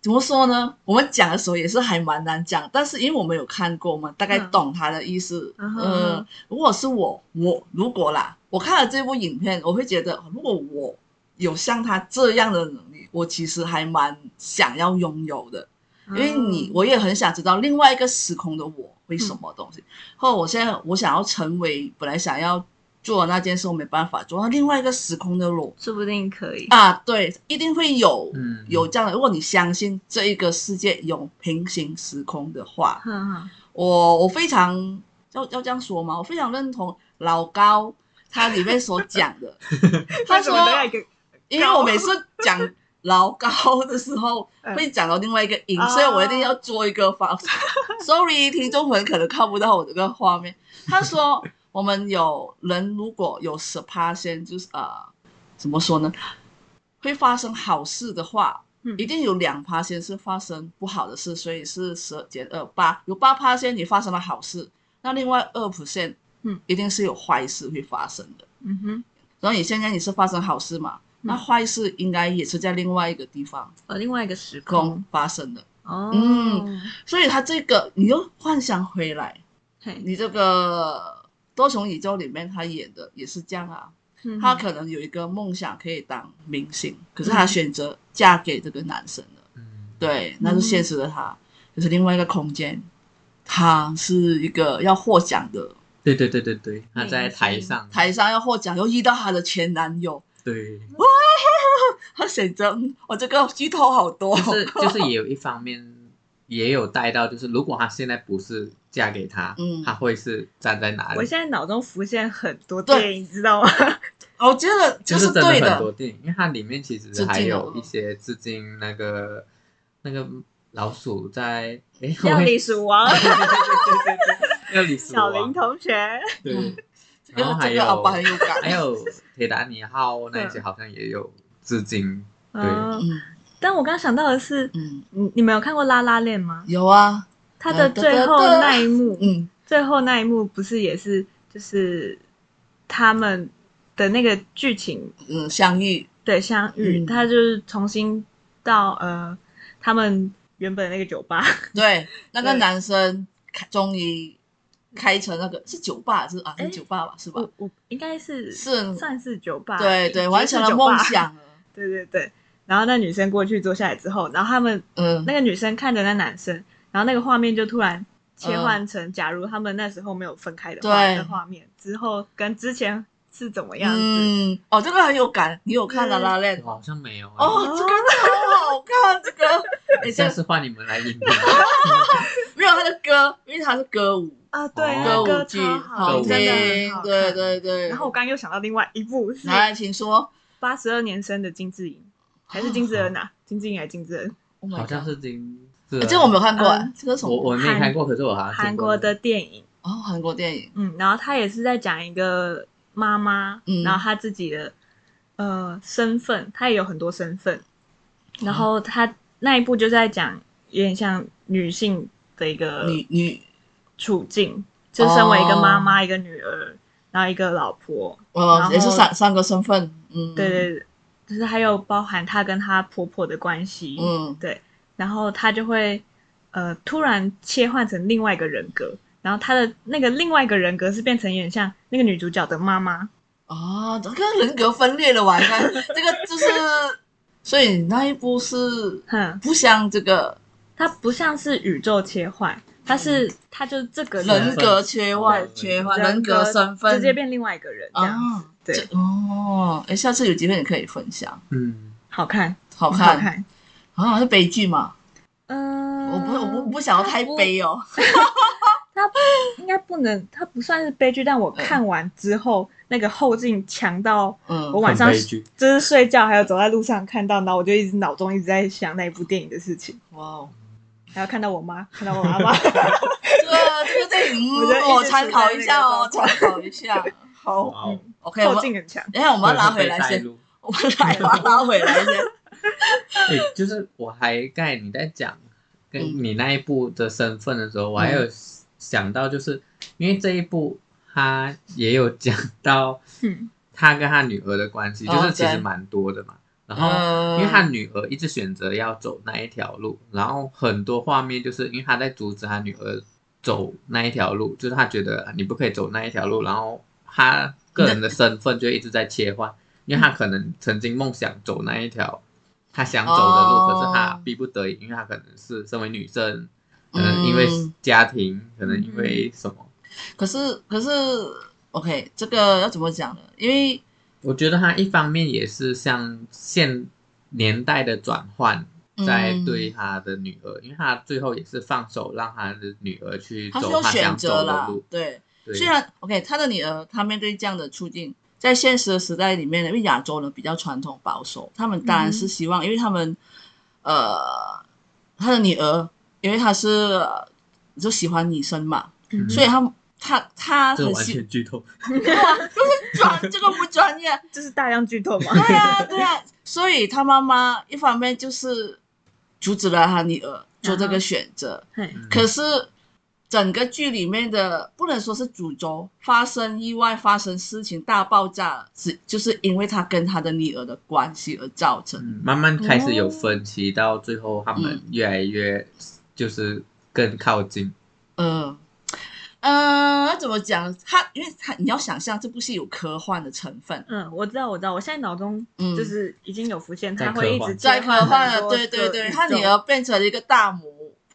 Speaker 1: 怎么说呢？我们讲的时候也是还蛮难讲，但是因为我们有看过嘛，大概
Speaker 2: 嗯
Speaker 1: 懂他的意思。
Speaker 2: 嗯
Speaker 1: 嗯、
Speaker 2: 哼
Speaker 1: 呃，如果是我，我如果啦，我看了这部影片，我会觉得，如果我有像他这样的能力，我其实还蛮想要拥有的。因为
Speaker 2: 嗯
Speaker 1: 你，我也很想知道另外一个时空的我为什么东西，或者我现在我想要成为本来想要做的那件事，我没办法做，那另外一个时空的我
Speaker 2: 说不定可以，
Speaker 1: 啊，对，一定会有、
Speaker 3: 嗯
Speaker 1: 有这样的。如果你相信这一个世界有平行时空的话，
Speaker 2: 哼哼，
Speaker 1: 我我非常要要这样说吗？我非常认同老高他里面所讲的，他
Speaker 2: 为什
Speaker 1: 说
Speaker 2: 么都要一个
Speaker 1: 因为我每次讲老高的时候
Speaker 2: 嗯
Speaker 1: 会讲到另外一个音，
Speaker 2: 哦
Speaker 1: 所以我一定要做一个
Speaker 2: <laughs>
Speaker 1: 方 Sorry，听众朋友可能看不到我这个画面。他说我们有人如果有十趴先，就是呃，怎么说呢？会发生好事的话，
Speaker 2: 嗯
Speaker 1: 一定有两趴先是发生不好的事，所以是十减二八，有八趴先你发生了好事，那另外二 percent，
Speaker 2: 嗯，
Speaker 1: 一定是有坏事会发生的。
Speaker 2: 嗯哼，
Speaker 1: 然后你现在你是发生好事嘛？
Speaker 2: 嗯
Speaker 1: 那坏事应该也是在另外一个地方
Speaker 2: 呃，另外一个时
Speaker 1: 空
Speaker 2: 空，
Speaker 1: 发生的，
Speaker 2: 哦，
Speaker 1: 嗯，所以他这个你又幻想回来，
Speaker 2: 嘿，
Speaker 1: 你这个多重宇宙里面他演的也是这样啊。
Speaker 3: 嗯
Speaker 1: 他
Speaker 2: 嗯
Speaker 1: 可能有一个梦想可以当明星，可是他选择嫁给这个男生了，
Speaker 3: 嗯，
Speaker 1: 对，那是现实的他，可是另外一个空间，他是一个要获奖的
Speaker 3: 对对对对对，他在台上，
Speaker 1: 台上要获奖，又遇到他的前男友，
Speaker 3: 对，
Speaker 1: 他选择嗯我这个剧透好多哦，
Speaker 3: 就是就是也有一方面也有带到，就是如果他现在不是嫁给他，
Speaker 1: 嗯
Speaker 3: 他会是站在哪
Speaker 2: 我
Speaker 3: 里？
Speaker 2: 现在脑中浮现很多
Speaker 1: 对
Speaker 2: 电影，你知道
Speaker 3: <laughs>
Speaker 2: 吗？
Speaker 1: 我哦觉得
Speaker 3: 就
Speaker 1: 这是
Speaker 3: 真
Speaker 1: 对
Speaker 3: 很多电影，因为它里面其实还
Speaker 1: 哦
Speaker 3: 有一些致敬那个那个老鼠在，哎，我
Speaker 2: 料
Speaker 3: 会
Speaker 2: 理鼠王
Speaker 3: 对对对对对对要李死
Speaker 2: 小
Speaker 3: 我
Speaker 2: 林
Speaker 3: 啊，
Speaker 2: 同学，
Speaker 3: 对，
Speaker 1: 嗯因
Speaker 3: 然
Speaker 1: 为
Speaker 3: 后还
Speaker 1: 这个阿
Speaker 3: 有
Speaker 1: 爸很有感，
Speaker 3: 还有铁达尼号那一些好像也有至今，对
Speaker 2: 嗯，
Speaker 1: 嗯
Speaker 2: 但我刚想到的是，
Speaker 1: 嗯，
Speaker 2: 你你们有看过《拉拉链》吗？
Speaker 1: 有啊，
Speaker 2: 它的最后那一幕，
Speaker 1: 嗯，
Speaker 2: 最后那一幕不是也是就是他们的那个剧情
Speaker 1: 嗯，相遇，
Speaker 2: 对相遇，
Speaker 1: 嗯
Speaker 2: 他就是重新到呃他们原本那个酒
Speaker 1: <laughs>
Speaker 2: 吧，
Speaker 1: 对，那个
Speaker 2: 对
Speaker 1: 男生开终于开成那个是酒吧是啊，
Speaker 2: 哎
Speaker 1: 是酒吧吧，是吧？
Speaker 2: 我我应该是
Speaker 1: 是
Speaker 2: 算是酒吧，
Speaker 1: 对对，完成了
Speaker 2: 绝对是酒吧
Speaker 1: 梦，想了，
Speaker 2: <laughs> 对对对。然后那女生过去坐下来之后，然后他们
Speaker 1: 嗯，
Speaker 2: 那个女生看着那男生，然后那个画面就突然切换成，假如他们那时候没有分开的话
Speaker 1: 嗯对
Speaker 2: 的画面，之后跟之前是怎么样子？
Speaker 1: 嗯，哦，这个很有感，你有看
Speaker 2: 嗯
Speaker 1: 啦啦链
Speaker 3: 我好像没有欸。欸
Speaker 1: 哦，这个超好看，这
Speaker 3: <laughs>
Speaker 1: 个，哎，这 Oh
Speaker 3: 下
Speaker 1: 个
Speaker 3: 次换你们
Speaker 1: <laughs>
Speaker 3: 来演。
Speaker 1: 没有他的歌，因为他是歌舞，
Speaker 2: 啊，对，
Speaker 3: 哦
Speaker 2: 那
Speaker 1: 歌
Speaker 2: 个歌
Speaker 1: 舞剧，
Speaker 2: 超
Speaker 1: 好
Speaker 2: 好，
Speaker 1: 听，
Speaker 2: 真的很好看
Speaker 1: 对。对对。
Speaker 2: 然后我刚刚又想到另外一部是
Speaker 1: 来，请说，
Speaker 2: 八十二年生的金智英，还是金智恩啊？金智英还是金智恩？
Speaker 1: Oh my
Speaker 3: 好像
Speaker 1: god
Speaker 3: 是金，是
Speaker 1: 哎这个我没有看过，哎
Speaker 2: 嗯
Speaker 1: 这个是什
Speaker 3: 我
Speaker 1: 么？
Speaker 3: 我没看过，可是我好像听过
Speaker 2: 韩国的电影，
Speaker 1: 哦，韩国电影，
Speaker 2: 嗯，然后他也是在讲一个妈妈，
Speaker 1: 嗯
Speaker 2: 然后她自己的呃身份，她也有很多身份，然
Speaker 1: 哦
Speaker 2: 后她那一部就在讲有点像女性的一个
Speaker 1: 女女，
Speaker 2: 处境，就身为一个
Speaker 1: 哦
Speaker 2: 妈妈、一个女儿，然后一个老婆，然
Speaker 1: 呃，
Speaker 2: 后
Speaker 1: 也是三三个身份，嗯，
Speaker 2: 对，对对，就是还有包含她跟她婆婆的关系，
Speaker 1: 嗯，
Speaker 2: 然后她就会呃突然切换成另外一个人格。然后她的那个另外一个人格是变成有点像那个女主角的妈妈，
Speaker 1: 啊，这个人格分裂了吧？应该 <laughs> 这个就是，所以那一部是
Speaker 2: 哼，
Speaker 1: 不像这个
Speaker 2: 它不像是宇宙切换，它是它就是这个
Speaker 1: 嗯人
Speaker 2: 人
Speaker 1: 格切换
Speaker 3: 对
Speaker 1: 切换
Speaker 2: 人
Speaker 1: 人格身份
Speaker 2: 直接变另外一个人，这样、
Speaker 1: 啊，
Speaker 2: 对
Speaker 1: 这哦，哎，下次有机会你可以分享，
Speaker 3: 嗯，
Speaker 2: 好看，
Speaker 1: 好
Speaker 2: 很好
Speaker 1: 看
Speaker 2: 看。
Speaker 1: 啊，是悲剧嘛？
Speaker 2: 嗯，
Speaker 1: 我不我不我不想要太悲哦，
Speaker 2: 它不，它应该不能，它不算是悲剧，但我看完之后，那个后劲强到
Speaker 1: 嗯
Speaker 2: 我，晚上
Speaker 3: 很悲剧
Speaker 2: 就是睡觉，还有走在路上看到，然后我就一直脑中一直在想那一部电影的事情，
Speaker 1: 哇哦，
Speaker 2: 还有看到我妈，看到我妈妈，
Speaker 1: <laughs> 这个这个电影，
Speaker 2: 我觉得一
Speaker 1: 嗯
Speaker 2: 直
Speaker 1: 我参考一下哦，
Speaker 2: 处在
Speaker 1: 参考一下，好
Speaker 3: 哇哦
Speaker 1: ，OK，我
Speaker 2: <laughs> 后
Speaker 1: 们
Speaker 2: 劲很强。
Speaker 1: 等一下我们要拉回来
Speaker 3: 会被带
Speaker 1: 先。
Speaker 3: 入
Speaker 1: <laughs> 我们来把它拉回来先。
Speaker 3: 哎，就是我还刚才你在讲
Speaker 1: 嗯
Speaker 3: 跟你那一部的身份的时候，我
Speaker 2: 嗯
Speaker 3: 还有想到，就是因为这一部他也有讲到
Speaker 2: 嗯
Speaker 3: 他跟他女儿的关系，
Speaker 1: 哦
Speaker 3: 就是其实
Speaker 1: 对
Speaker 3: 蛮多的嘛。 <laughs> 然后
Speaker 1: 嗯，
Speaker 3: 因为他女儿一直选择要走那一条路，然后很多画面就是因为他在阻止他女儿走那一条路，就是他觉得你不可以走那一条路，然后他个人的身份就一直在切换，因为他可能曾经梦想走那一条他想走的路，
Speaker 1: 哦
Speaker 3: 可是他逼不得已，因为他可能是身为女生，可
Speaker 1: 嗯
Speaker 3: 能因为家庭，可能因为什么，
Speaker 1: 可是可是，OK，这个要怎么讲呢？因为
Speaker 3: 我觉得他一方面也是像现年代的转换，在对他的女儿，因为他最后也是放手让他的女儿去
Speaker 1: 嗯他是
Speaker 3: 走
Speaker 1: 有
Speaker 3: 他
Speaker 1: 选
Speaker 3: 想
Speaker 1: 择
Speaker 3: 走的
Speaker 1: 啦
Speaker 3: 路，。
Speaker 1: 对，
Speaker 3: 对，
Speaker 1: 虽然 OK，他的女儿她面对这样的处境，在现实的时代里面呢，因为亚洲呢比较传统保守，他们当然是希望，因为他们呃，他的女儿，因为她是呃就喜欢女生嘛，
Speaker 2: 嗯
Speaker 1: 所以他他他
Speaker 3: 这
Speaker 1: 很 <laughs>
Speaker 3: 完
Speaker 1: 希
Speaker 3: 全剧透。
Speaker 1: 哇，就是专这个不专业。
Speaker 2: 这是大量剧透吗？
Speaker 1: 对呀、对呀、所以他妈妈一方面就是阻止了他女儿做这个选择，
Speaker 2: 嘿
Speaker 3: 嗯
Speaker 1: 可是整个剧里面的不能说是主轴，发生意外、发生事情、大爆炸，是就是因为他跟他的女儿的关系而造成。
Speaker 3: 嗯慢慢开始有分歧，到最后他们越来越就是更靠近。
Speaker 1: 嗯，呃，怎么讲？他因为他你要想象这部戏有科幻的成分，
Speaker 2: 嗯，我知道，我知道，我现在脑中
Speaker 1: 嗯
Speaker 2: 就是已经有浮现，
Speaker 3: 在
Speaker 2: 他
Speaker 3: 科
Speaker 2: 会一
Speaker 3: 幻
Speaker 2: 直
Speaker 1: 在科幻
Speaker 2: 很
Speaker 1: 的，
Speaker 2: 多
Speaker 1: 对
Speaker 2: 个
Speaker 1: 对对，
Speaker 2: 宇
Speaker 1: 他女
Speaker 2: 宙
Speaker 1: 儿变成了一个大魔，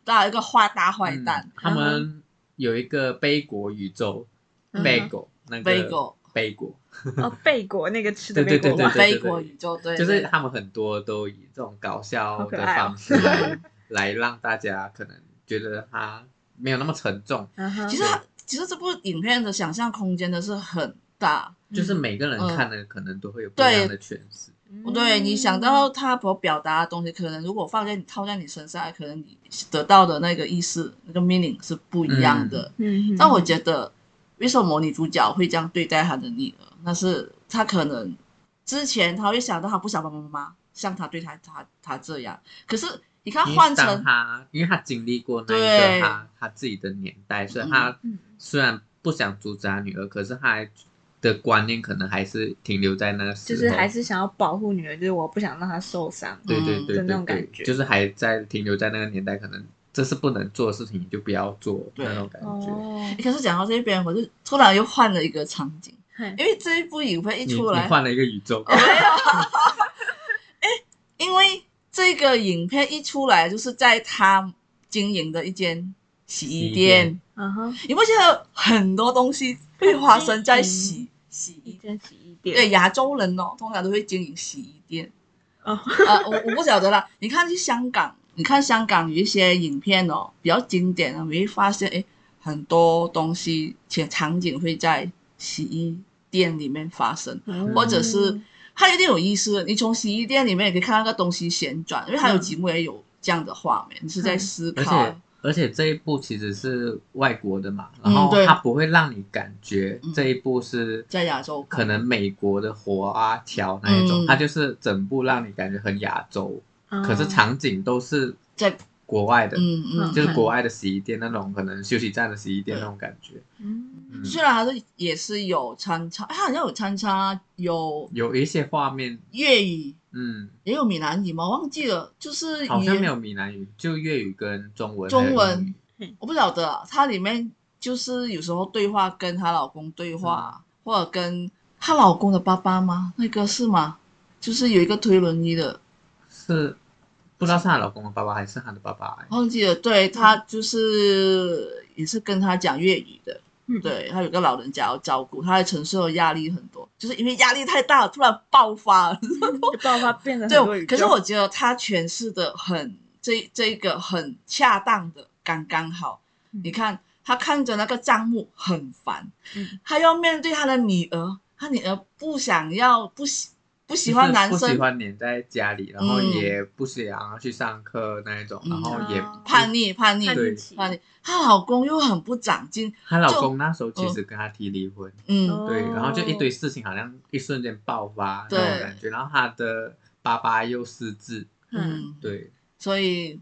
Speaker 1: 大一个坏大坏蛋。
Speaker 3: 嗯他们有一个背果宇宙，
Speaker 2: 嗯
Speaker 3: 背果那个
Speaker 1: 背果
Speaker 3: 背果，
Speaker 2: 哦，贝果那个吃的
Speaker 3: 对
Speaker 2: 贝
Speaker 3: 对
Speaker 2: 果
Speaker 1: <laughs>
Speaker 3: 嗯对
Speaker 2: 吧，
Speaker 3: 对
Speaker 1: 非国宇宙，对，
Speaker 3: 就是
Speaker 1: 对
Speaker 3: 他们很多都以这种搞笑
Speaker 2: 好可
Speaker 3: 的
Speaker 2: 爱哦
Speaker 3: 方式来来让大家可能觉得他没有那么沉重，
Speaker 2: 嗯哼
Speaker 1: 其实它其实这部影片的想象空间的是很大，
Speaker 3: 就是每个人
Speaker 1: 嗯
Speaker 3: 看的可能都会有不一
Speaker 1: 对
Speaker 3: 样的诠
Speaker 2: 嗯
Speaker 3: 释。
Speaker 1: 嗯对你想到他所表达的东西，可能如果放在你套在你身上，可能你得到的那个意思、那个 meaning 是不一样的。
Speaker 2: 嗯，嗯，
Speaker 1: 但我觉得，为什么女主角会这样对待她的女儿？那是她可能之前她会想到她不想爸爸妈妈像她对她她她这样，可是你看
Speaker 3: 因为
Speaker 1: 换
Speaker 3: 当
Speaker 1: 成
Speaker 3: 他，因为他经历过那
Speaker 1: 对
Speaker 3: 一个他他自己的年代，所以他
Speaker 2: 嗯
Speaker 3: 虽然不想阻止他女儿，可是他还的观念可能还是停留在那个时
Speaker 2: 就
Speaker 3: 候，
Speaker 2: 是还是想要保护女儿，就是我不想让她受伤。
Speaker 3: 对对
Speaker 1: 嗯
Speaker 3: 对
Speaker 2: 的
Speaker 3: 对
Speaker 2: 那种
Speaker 3: 对，
Speaker 2: 感觉
Speaker 3: 就是还在停留在那个年代，可能这是不能做的事情，你就不要做
Speaker 1: 对
Speaker 3: 那种感觉。
Speaker 2: 哦，
Speaker 1: 可是讲到这边，我就突然又换了一个场景，
Speaker 2: 嘿
Speaker 1: 因为这一部影片一
Speaker 3: 你
Speaker 1: 出
Speaker 3: 你
Speaker 1: 来，
Speaker 3: 换了一个宇宙，
Speaker 1: 没有，哎，因为这个影片一出来，就是在他经营的一间洗衣
Speaker 3: 衣
Speaker 1: 店
Speaker 3: 店，
Speaker 2: 嗯哼，
Speaker 1: 你不觉得很多东西会发生在
Speaker 2: 嗯
Speaker 1: 洗洗
Speaker 2: 一
Speaker 1: 衣？
Speaker 2: 间洗衣
Speaker 1: 对，
Speaker 2: 店。
Speaker 1: 亚洲人哦，通常都会经营洗衣店。
Speaker 2: 哦，
Speaker 1: 呃，我我不晓得啦。你看去香港，你看香港有一些影片哦，比较经典的，你会发现，哎，很多东西且场景会在洗衣店里面发生。
Speaker 2: 哦
Speaker 1: 或者是它有点有意思。你从洗衣店里面也可以看到那个东西旋转，因为它有
Speaker 2: 嗯
Speaker 1: 几幕也有这样的画面，你是在思
Speaker 3: 而
Speaker 1: 考
Speaker 3: 且。而且这一部其实是外国的嘛，
Speaker 1: 嗯
Speaker 3: 然后
Speaker 1: 对
Speaker 3: 它不会让你感觉
Speaker 1: 嗯
Speaker 3: 这一部是
Speaker 1: 在亚洲
Speaker 3: 可能美国的火啊桥那一种，
Speaker 1: 嗯
Speaker 3: 它就是整部让你感觉很亚洲，
Speaker 2: 嗯，
Speaker 3: 可是场景都是
Speaker 1: 在
Speaker 3: 国外的，
Speaker 1: 嗯嗯，
Speaker 3: 就是国外的洗衣店那种，可能休息站的洗衣店那种感觉。
Speaker 2: 嗯，
Speaker 3: 嗯，
Speaker 1: 虽然它是也是有穿插，它好像有穿插有
Speaker 3: 有一些画面，
Speaker 1: 粤语，
Speaker 3: 嗯，
Speaker 1: 也有闽南语吗？忘记了，就是
Speaker 3: 好像
Speaker 1: 也
Speaker 3: 没有闽南语，就粤语跟中文。
Speaker 1: 中文
Speaker 3: 还有英语
Speaker 1: 我不晓得啊，它里面就是有时候对话跟她老公对
Speaker 3: 嗯
Speaker 1: 话，或者跟她老公的爸爸吗？那个是吗？就是有一个推轮椅的，
Speaker 3: 是不知道是她老公的爸爸还是她的爸爸、欸。
Speaker 1: 忘记了，对他就是也是跟他讲粤语的，
Speaker 2: 嗯，
Speaker 1: 对他有个老人家要照顾，他的承受的压力很多，就是因为压力太大了，突然爆发了。
Speaker 2: 就爆发变嗯得很多
Speaker 1: 对，
Speaker 2: 宇
Speaker 1: 可是
Speaker 2: 宙
Speaker 1: 我觉得他诠释的很这这一个很恰当的，刚刚好。
Speaker 2: 嗯
Speaker 1: 你看他看着那个账目很烦，
Speaker 2: 嗯
Speaker 1: 他要面对他的女儿，他女儿不想要不喜不喜欢男
Speaker 3: 就是不
Speaker 1: 生
Speaker 3: 喜，欢黏在家里，然后
Speaker 1: 嗯
Speaker 3: 也不想要去上课那一种，
Speaker 1: 嗯
Speaker 3: 然后也
Speaker 2: 哦
Speaker 1: 叛逆叛逆
Speaker 2: 叛
Speaker 3: 对
Speaker 2: 逆期，
Speaker 1: 叛逆，她老公又很不长进，
Speaker 3: 她老公那时候其实跟她提离婚，
Speaker 1: 嗯，
Speaker 2: 哦
Speaker 3: 对，然后就一堆事情好像一瞬间爆发
Speaker 1: 对
Speaker 3: 那种感觉，然后她的爸爸又失智，
Speaker 2: 嗯，
Speaker 1: 嗯，
Speaker 3: 对，
Speaker 1: 所以，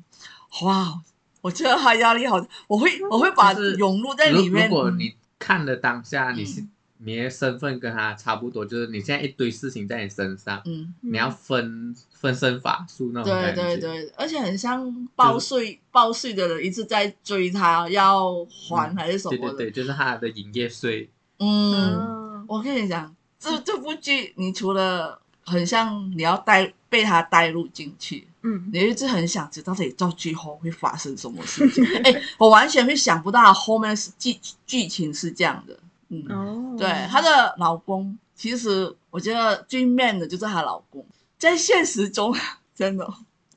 Speaker 1: 哇，我觉得他压力好，我会我会把
Speaker 3: 嗯就是
Speaker 1: 涌入在
Speaker 3: 如
Speaker 1: 里面。
Speaker 3: 如果你看的当下，你是
Speaker 1: 嗯
Speaker 3: 你的身份跟她差不多，就是你现在一堆事情在你身上，
Speaker 1: 嗯，
Speaker 3: 你要分分身乏术那种
Speaker 1: 对
Speaker 3: 感觉，
Speaker 1: 对对，而且很像报税报税的人一直在追他要还
Speaker 3: 嗯
Speaker 1: 还是什
Speaker 3: 对
Speaker 1: 么
Speaker 3: 对
Speaker 1: 的。
Speaker 3: 对，就是她的营业税，
Speaker 1: 嗯，
Speaker 2: 哦
Speaker 1: 我跟你讲，这这部剧你除了很像你要带被他带入进去，
Speaker 2: 嗯，
Speaker 1: 你一直很想知道到底到最后会发生什么事
Speaker 3: <laughs>
Speaker 1: 情。哎，我完全会想不到后面是剧剧情是这样的。嗯，
Speaker 2: 哦，
Speaker 1: 对，她的老公，其实我觉得最 man 的就是她老公，在现实中 <laughs> 真的，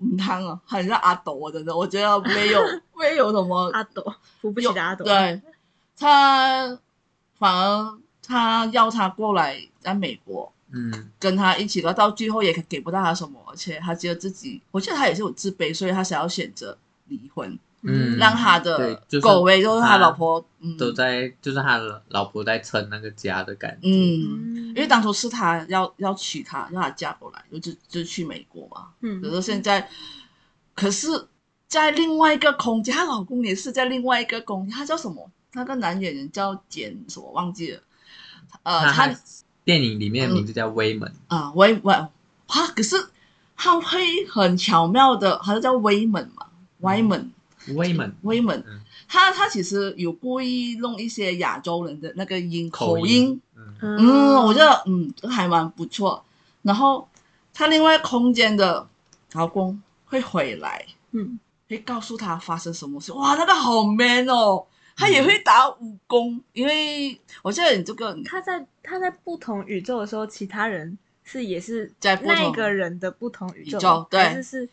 Speaker 1: 嗯，他啊，很像阿斗啊，真的，我觉得没有 <laughs> 没有什么
Speaker 2: 阿斗扶啊不
Speaker 1: 有
Speaker 2: 起的阿斗，，
Speaker 1: 对，他反而他要他过来在美国
Speaker 3: 嗯，
Speaker 1: 跟他一起到到最后也给不到他什么，而且他觉得自己，我觉得他也是有自卑，所以他想要选择离婚，
Speaker 3: 嗯
Speaker 1: 让他
Speaker 3: 对
Speaker 1: 的
Speaker 3: 就是
Speaker 1: 狗位就是他老婆，嗯
Speaker 3: 都在就是她的老婆在撑那个家的感觉，
Speaker 1: 嗯。
Speaker 2: 嗯，
Speaker 1: 因为当初是他要要娶她，让她嫁过来，就就就去美国嘛。可
Speaker 2: 嗯
Speaker 1: 是现在，可是，在另外一个空间，她老公也是在另外一个空间，他叫什么？那个男演员叫简什么忘记了，呃，
Speaker 3: 那
Speaker 1: 他
Speaker 3: 她电影里面的名字叫威门，
Speaker 1: 啊、威威啊，可是他会很巧妙的，他叫威门嘛，威门
Speaker 3: 威门，
Speaker 1: 威门
Speaker 3: 嗯，
Speaker 1: 他他其实有故意弄一些亚洲人的那个音口音
Speaker 3: 音，嗯，
Speaker 1: 嗯，我觉得嗯还蛮不错。然后他另外空间的老公会回来，
Speaker 2: 嗯，
Speaker 1: 会告诉他发生什么事。哇，那个好 man 哦！他也会打武功，因为我记得你这个
Speaker 2: 他在他在不同宇宙的时候，其他人是也是
Speaker 1: 在不同
Speaker 2: 那个人的不同宇宙，
Speaker 1: 宇宙对
Speaker 2: 还是是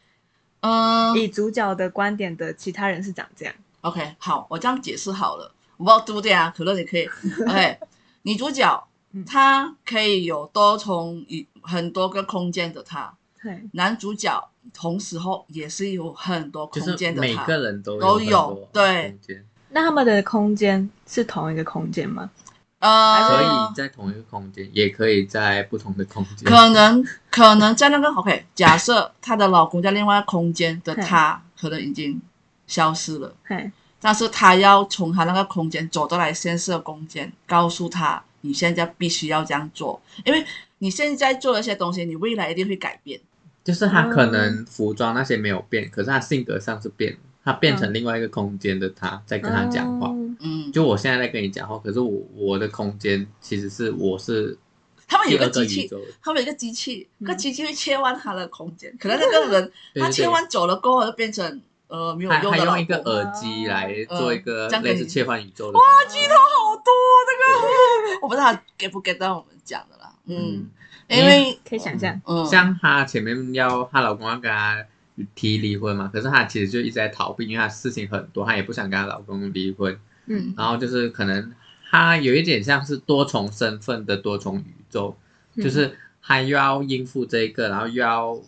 Speaker 1: 嗯
Speaker 2: 以主角的观点的其他人是长这样，
Speaker 3: <laughs>
Speaker 1: OK，好，我这样解释好了，我不知道对不对啊？可乐，你可以。OK，女主角
Speaker 2: 嗯
Speaker 1: 他可以有多重一很多个空间的他，
Speaker 2: 对，
Speaker 1: 男主角同时候也是有很多
Speaker 3: 就
Speaker 1: 空
Speaker 3: 是
Speaker 1: 间的
Speaker 3: 每
Speaker 1: 他，
Speaker 3: 个人都
Speaker 1: 都有
Speaker 3: 很多
Speaker 1: 对
Speaker 3: 空间，
Speaker 2: 那他们的空间是同一个空间吗？
Speaker 1: 呃，
Speaker 3: 可以在同一个空间，也可以在不同的空间。
Speaker 1: 可能可能在那个 OK，假设她的老公在另外空间的她，可能已经消失了，
Speaker 2: 嘿，
Speaker 1: 但是她要从她那个空间走到来现实的空间，告诉她你现在必须要这样做，因为你现在做了一些东西，你未来一定会改变。
Speaker 3: 就是他可能服装那些没有变，可是他性格上是变了，他变成另外一个空间的他在跟他讲话。
Speaker 2: 哦
Speaker 1: 嗯，
Speaker 3: 就我现在在跟你讲话，可是我我的空间其实是我是
Speaker 1: 他们有
Speaker 3: 第
Speaker 1: 一个
Speaker 3: 二个
Speaker 1: 机
Speaker 3: 宇
Speaker 1: 器，
Speaker 3: 宙的，
Speaker 1: 他们有一个机器，
Speaker 2: 嗯
Speaker 1: 那机器会切换他的空间，可能那个人
Speaker 3: <laughs> 对
Speaker 1: 他
Speaker 3: 对
Speaker 1: 切
Speaker 3: 对
Speaker 1: 换走了过后就变成呃没有
Speaker 3: 他
Speaker 1: 用
Speaker 3: 他
Speaker 1: 的老公
Speaker 3: 用一个耳机来做一个
Speaker 1: 嗯这样给
Speaker 3: 类
Speaker 1: 你
Speaker 3: 似切换宇宙的方法。哇，
Speaker 1: 鸡头好多这个，我不 <laughs> 知道他 get 不 get 到我们讲的啦。嗯，因为
Speaker 2: 可以想象，
Speaker 1: 嗯，
Speaker 3: 像她前面要她老公要跟她提离婚嘛，可是她其实就一直在逃避，因为她事情很多，她也不想跟她老公离婚。
Speaker 2: 嗯
Speaker 3: 然后就是可能她有一点像是多重身份的多重宇宙，
Speaker 2: 嗯
Speaker 3: 就是她又要应付这一个，然后又要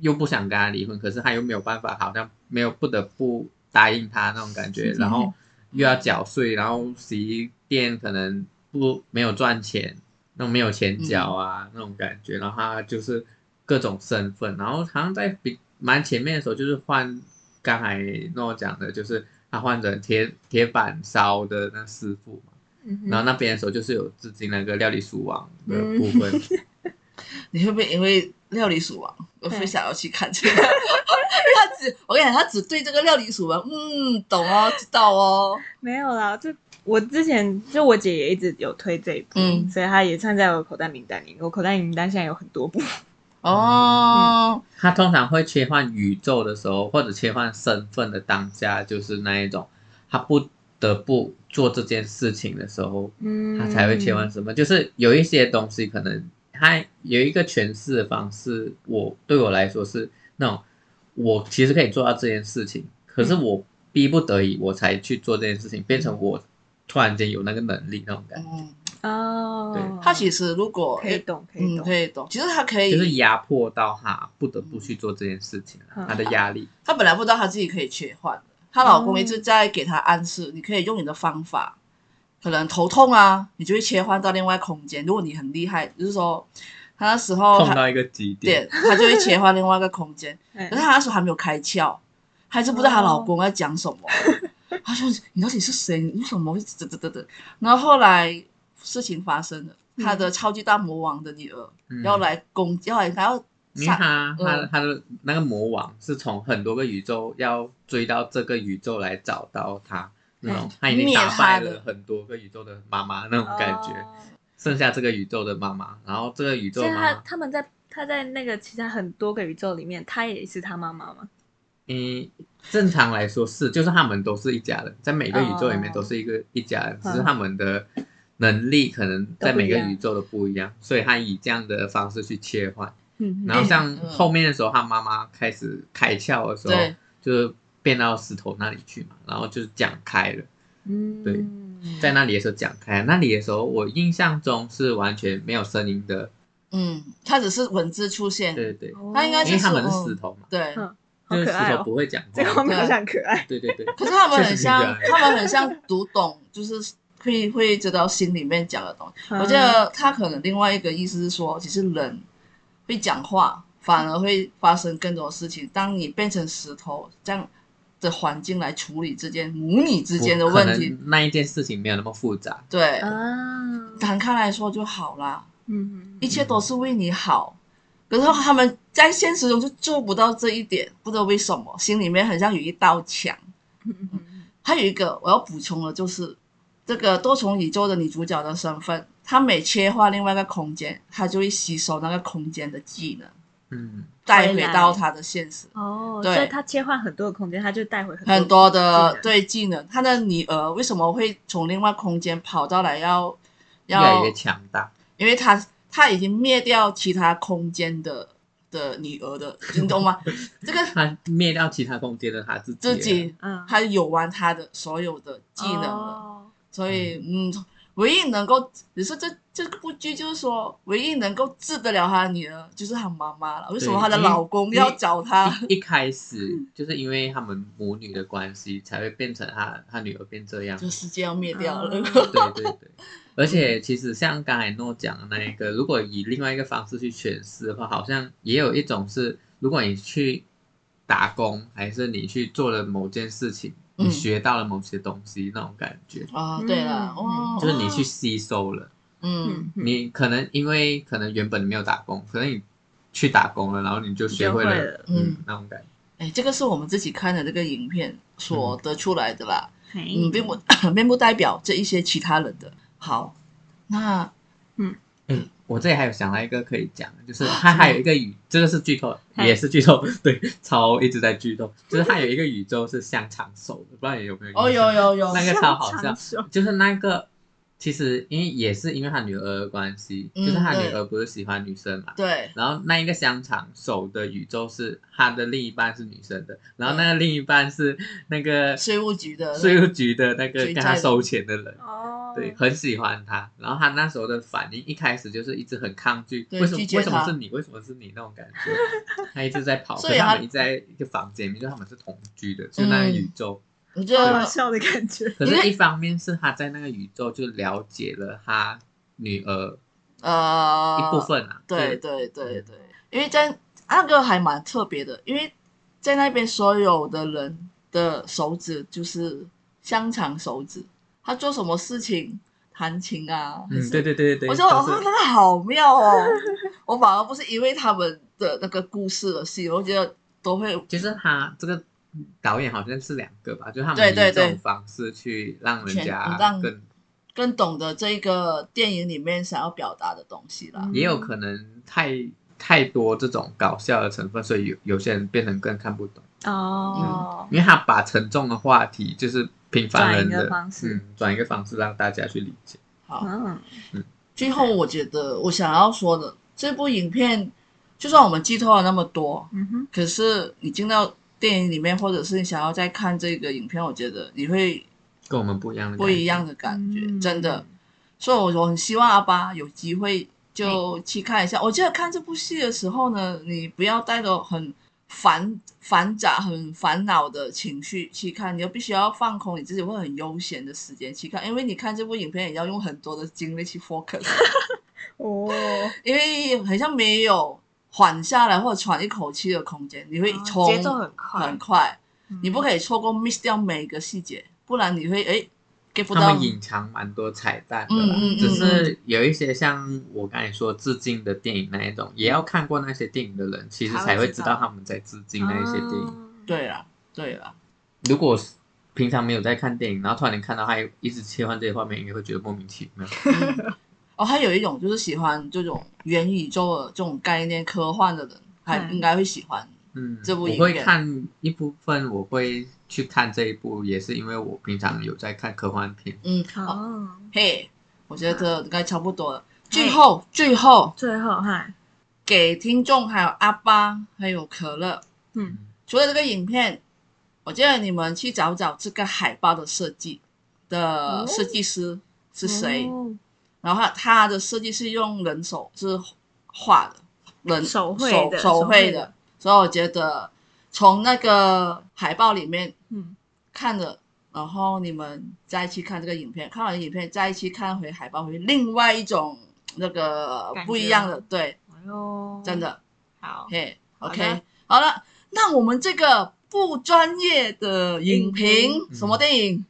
Speaker 3: 又不想跟他离婚，可是她又没有办法，好像没有不得不答应他那种感觉，然后又要缴税，然后洗衣店可能不没有赚钱，那种没有钱缴啊、那种感觉，然后她就是各种身份，然后好像在比蛮前面的时候就是换刚才诺讲的，就是她换成铁铁板烧的那师傅嘛，
Speaker 2: 嗯哼
Speaker 3: 然后那边的时候就是有致敬那个料理鼠王的部分，
Speaker 1: 你会不会因为料理鼠王而
Speaker 2: 对
Speaker 1: 会想要去看这个？因 <laughs> 为他只我跟你讲，他只对这个料理鼠王，嗯，懂哦，知道哦，
Speaker 2: 没有啦，就我之前就我姐也一直有推这一部，
Speaker 1: 嗯
Speaker 2: 所以她也算在我的口袋名单里。我口袋名单现在有很多部，
Speaker 1: 哦，
Speaker 3: 他通常会切换宇宙的时候，或者切换身份的当下，就是那一种他不得不做这件事情的时候，
Speaker 2: 嗯
Speaker 3: 他才会切换身份。就是有一些东西可能他有一个诠释的方式，我对我来说是那种我其实可以做到这件事情，可
Speaker 2: 嗯
Speaker 3: 是我逼不得已我才去做这件事情，变成我突然间有那个能力那种感觉，
Speaker 1: 嗯，
Speaker 2: 哦，
Speaker 1: 他其实如果
Speaker 2: 可以懂，可以
Speaker 1: 嗯，
Speaker 2: 懂，
Speaker 1: 可以懂，其实他可
Speaker 3: 就是
Speaker 1: 以，
Speaker 3: 压迫到他不得不去做这件事情，啊
Speaker 2: 嗯
Speaker 3: 他的压力。
Speaker 1: 她本来不知道她自己可以切换的，她老公
Speaker 2: 哦
Speaker 1: 一直在给她暗示，你可以用你的方法，可能头痛啊，你就会切换到另外空间。如果你很厉害，就是说，她那时
Speaker 2: 哦
Speaker 1: 候
Speaker 3: 碰
Speaker 1: 她
Speaker 3: 到一个极点，
Speaker 1: 点，她就会切换另外一个空间。
Speaker 2: 嗯
Speaker 1: 可是她那时候还没有开窍，还是不知道她老公在讲什么。 <laughs> 她说：“你到底是谁？你为什么会嘚嘚嘚嘚？”然后后来事情发生了，她的超级大魔王的女儿
Speaker 3: 嗯
Speaker 1: 要来攻，要来，她要
Speaker 3: 因为他他
Speaker 1: 嗯
Speaker 3: 啊他的那个魔王是从很多个宇宙要追到这个宇宙来找到他那种，他已经
Speaker 1: 灭
Speaker 3: 打败
Speaker 1: 他的
Speaker 3: 了很多个宇宙的妈妈那种感觉，剩下这个宇宙的妈妈，然后这个宇
Speaker 2: 哦
Speaker 3: 宙
Speaker 2: 所以
Speaker 3: 的妈
Speaker 2: 他
Speaker 3: 妈，
Speaker 2: 他们在他在那个其他很多个宇宙里面，他也是他妈妈嘛。
Speaker 3: 嗯，正常来说是，就是他们都是一家人，在每个宇宙里面
Speaker 2: 哦
Speaker 3: 都是一个一家人，只是
Speaker 2: 嗯
Speaker 3: 他们的能力可能在每
Speaker 2: 都不
Speaker 3: 个
Speaker 2: 一样
Speaker 3: 宇宙都不一样，所以他以这样的方式去切换，
Speaker 2: 嗯
Speaker 3: 然后像
Speaker 1: 嗯
Speaker 3: 后面的时候，他妈妈开始开窍的时候。
Speaker 1: 对。
Speaker 3: 就是变到石头那里去嘛，然后就是讲开了，
Speaker 2: 嗯
Speaker 3: 对在那里的时候讲开，那里的时候我印象中是完全没有声音的，
Speaker 1: 嗯，他只是文字出现，
Speaker 3: 对对，
Speaker 2: 哦
Speaker 1: 他应该
Speaker 3: 因
Speaker 1: 就
Speaker 3: 为
Speaker 1: 是
Speaker 3: 他们是石头嘛，
Speaker 1: 对，
Speaker 2: 嗯好
Speaker 3: 就是
Speaker 2: 可
Speaker 3: 石
Speaker 2: 爱
Speaker 3: 头
Speaker 2: 哦，
Speaker 3: 不会讲
Speaker 2: 这个我
Speaker 3: 话，
Speaker 2: 没有想可爱。
Speaker 3: 对对对，
Speaker 1: 可是他们很
Speaker 3: 确实
Speaker 1: 像
Speaker 3: 是，这
Speaker 1: 他们很像读懂，就是会会知道心里面讲的东西。我觉
Speaker 2: 嗯
Speaker 1: 得他可能另外一个意思是说，其实人会讲话，反而会发生更多事情。当你变成石头这样的环境来处理这件母女之间的
Speaker 3: 可
Speaker 1: 问题，
Speaker 3: 能嗯那一件事情没有那么复杂，
Speaker 1: 对，
Speaker 2: 啊，
Speaker 1: 摊开来说就好啦，
Speaker 2: 嗯
Speaker 1: 一切都是为你好。
Speaker 3: 嗯
Speaker 1: 可是他们在现实中就做不到这一点，不知道为什么，心里面很像有一道墙。
Speaker 2: 嗯嗯
Speaker 1: 还有一个我要补充的，就是这个多重宇宙的女主角的身份，她每切换另外一个空间，她就会吸收那个空间的技能，
Speaker 3: 嗯，
Speaker 1: 带回到她的现实。
Speaker 2: 哦，
Speaker 1: 对
Speaker 2: 所以他切换很多的空间，他就带回很
Speaker 1: 很多
Speaker 2: 技
Speaker 1: 的
Speaker 2: 能
Speaker 1: 对技能，她的女儿为什么会从另外空间跑到来要
Speaker 3: 越来
Speaker 1: 要
Speaker 3: 越？强大，
Speaker 1: 因为她她已经灭掉其他空间的的女儿的，你懂吗？这个
Speaker 3: 他灭掉其他空间的他自己，
Speaker 1: 自己
Speaker 2: 嗯
Speaker 1: 她有完她的所有的技能了。
Speaker 2: 哦
Speaker 1: 所以，嗯，唯一能够，你说这这部剧就是说，唯一能够治得了她的女儿就是她妈妈了。为什么她的
Speaker 3: 因为
Speaker 1: 老公要找
Speaker 2: 啊
Speaker 1: 她？
Speaker 3: 一一开始就是因为他们母女的关系，才会变成他他女儿变这样。
Speaker 1: <laughs> 就世界要灭掉了。
Speaker 2: 嗯
Speaker 3: 对对对，而且其实像刚才诺讲的那一个，如果以另外一个方式去诠释的话，好像也有一种是，如果你去打工，还是你去做了某件事情，
Speaker 1: 嗯
Speaker 3: 你学到了某些东西那种感觉，
Speaker 1: <laughs> 啊，对了，
Speaker 2: 嗯
Speaker 1: 哦，
Speaker 3: 就是你去，吸收了。
Speaker 1: 嗯，
Speaker 2: 嗯，
Speaker 3: 你可能因为可能原本你没有打工，可能你去打工了，然后你就学会
Speaker 2: 你就会了
Speaker 3: 嗯
Speaker 1: 嗯
Speaker 3: 那种感觉。
Speaker 1: 哎，这个是我们自己看的这个影片所得出来的啦，嗯，
Speaker 2: 嗯，
Speaker 1: 并不 <laughs> 并不代表这一些其他人的。好，那
Speaker 3: 嗯，我这里还有想到一个可以讲，的，
Speaker 1: 哦
Speaker 3: 就是它还有一个宇，这个是剧透，也是剧透，对，超一直在剧透，就是它有一个宇宙是香肠手的，不知道你有没有？
Speaker 1: 哦，有。有有，
Speaker 3: 那个超好笑
Speaker 2: 香肠手
Speaker 3: 就是那个，其实因为也是因为他女儿的关系，
Speaker 1: 嗯
Speaker 3: 就是他女
Speaker 1: 对
Speaker 3: 儿不是喜欢女生嘛，
Speaker 1: 对，
Speaker 3: 然后那一个香肠手的宇宙是他的另一半是女生的，然后那个另一半是那个
Speaker 1: 税务局的
Speaker 3: 税务局的那个
Speaker 1: 追
Speaker 3: 跟
Speaker 1: 债
Speaker 3: 他
Speaker 1: 的
Speaker 3: 收钱的人。
Speaker 2: 哦，
Speaker 3: 对，很喜欢他。然后他那时候的反应，一开始就是一直很抗拒，
Speaker 1: 对
Speaker 3: 为什么
Speaker 1: 拒绝
Speaker 3: 为什么
Speaker 1: 他
Speaker 3: 是你，为什么是你那种感觉。 <laughs> 他一直在跑，
Speaker 1: 所
Speaker 3: 所
Speaker 1: 以
Speaker 3: 以他
Speaker 1: 他
Speaker 3: 们一直在一个房间里面，就他们是同居的，就那个宇宙。
Speaker 1: 你这
Speaker 2: 好好
Speaker 1: 个
Speaker 2: 笑的感觉，
Speaker 3: 可
Speaker 1: 因
Speaker 3: 是，
Speaker 1: 为
Speaker 3: 一方面是他在那个宇宙就了解了他女儿
Speaker 1: 呃
Speaker 3: 一部分啊，
Speaker 1: 对
Speaker 3: 就是
Speaker 1: 对对对，因为在那个还蛮特别的，因为在那边所有的人的手指就是香肠手指，他做什么事情弹琴啊，还
Speaker 3: 嗯，
Speaker 1: 是
Speaker 3: 对对对对对，
Speaker 1: 我觉得
Speaker 3: 都
Speaker 1: 哦，
Speaker 3: 是
Speaker 1: 那个好妙哦，我反而不是因为他们的那个故事而吸引，我觉得都会
Speaker 3: 就是他这个导演好像是两个吧，就是他
Speaker 1: 对
Speaker 3: 们以
Speaker 1: 对
Speaker 3: 这
Speaker 1: 对
Speaker 3: 种方式去让人
Speaker 1: 全
Speaker 3: 家
Speaker 1: 让
Speaker 3: 更
Speaker 1: 更懂得这个电影里面想要表达的东西啦。
Speaker 2: 嗯
Speaker 3: 也有可能太太多这种搞笑的成分，所以有有些人变成更看不懂，
Speaker 2: 哦，
Speaker 3: 因为他把沉重的话题就是平凡
Speaker 2: 转
Speaker 3: 人
Speaker 2: 一
Speaker 3: 的
Speaker 2: 个方式
Speaker 3: 嗯，转一个方式让大家去理解。
Speaker 1: 好，
Speaker 2: 嗯，
Speaker 1: 最后我觉得我想要说的，这部影片就算我们剧透了那么多，
Speaker 2: 嗯哼，
Speaker 1: 可是你进到电影里面，或者是你想要再看这个影片，我觉得你会
Speaker 3: 跟我们不一样的，
Speaker 1: 不一样。的感觉，
Speaker 2: 嗯
Speaker 1: 真的。所以我我很希望阿巴有机会就去看一下。我记得看这部戏的时候呢，你不要带着很烦烦杂、很烦恼的情绪去看，你要必须要放空你自己，会很悠闲的时间去看，因为你看这部影片也要用很多的精力去
Speaker 2: <laughs>
Speaker 1: focus，
Speaker 2: 哦，
Speaker 1: 因为好像没有缓下来或者喘一口气的空间，你会
Speaker 2: 哦
Speaker 1: 冲
Speaker 2: <laughs> 节奏很快
Speaker 1: 很快，你不
Speaker 2: 以，
Speaker 1: 可以错过 miss 掉每一个细节，不然你会哎 get 不
Speaker 3: 他
Speaker 1: 到
Speaker 3: 们。隐藏蛮多彩蛋的啦，
Speaker 1: 嗯嗯嗯
Speaker 3: 只是有一些像我刚才说致敬的电影那一种，也要看过那些电影的人，其实才会知道他们在致敬那一些电影。
Speaker 2: 影，
Speaker 1: 对啦，对啦，
Speaker 3: 如果是平常没有在看电影，然后突然看到他一直切换这些画面，应该会觉得莫名其妙。
Speaker 1: 哦，还有一种就是喜欢这种元宇宙的这种概念、科幻的人，还
Speaker 2: 嗯
Speaker 1: 应该会喜欢。
Speaker 3: 嗯，
Speaker 1: 这部
Speaker 3: 我
Speaker 1: 影
Speaker 3: 会
Speaker 1: 片
Speaker 3: 看一部分，我会去看这一部，也是因为我平常有在看科幻片。
Speaker 1: 嗯，好，
Speaker 2: 哦，
Speaker 1: 嘿，我觉得应该差不多了。最
Speaker 2: 嘿
Speaker 1: 后，最后
Speaker 2: 最后嗨，
Speaker 1: 给听众还有阿巴还有可乐，
Speaker 2: 嗯，
Speaker 1: 除了这个影片，我建议你们去找找这个海报的设计的
Speaker 2: 哦
Speaker 1: 设计师是谁，
Speaker 2: 哦
Speaker 1: 然后他他的设计是用人手是画的，人
Speaker 2: 手绘的
Speaker 1: 手手
Speaker 2: 手绘
Speaker 1: 绘的
Speaker 2: 的，
Speaker 1: 所以我觉得从那个海报里面
Speaker 2: 嗯，
Speaker 1: 看了，然后你们再去看这个影片，看完影片再去看回海报，会另外一种那个
Speaker 2: 感觉
Speaker 1: 不一样的，对，
Speaker 2: 哎呦，
Speaker 1: 真的，
Speaker 2: 好，
Speaker 1: 嘿
Speaker 2: 好的
Speaker 1: ，OK，好了，那我们这个不专业的影评
Speaker 2: 影，
Speaker 3: 评
Speaker 1: 什么电影？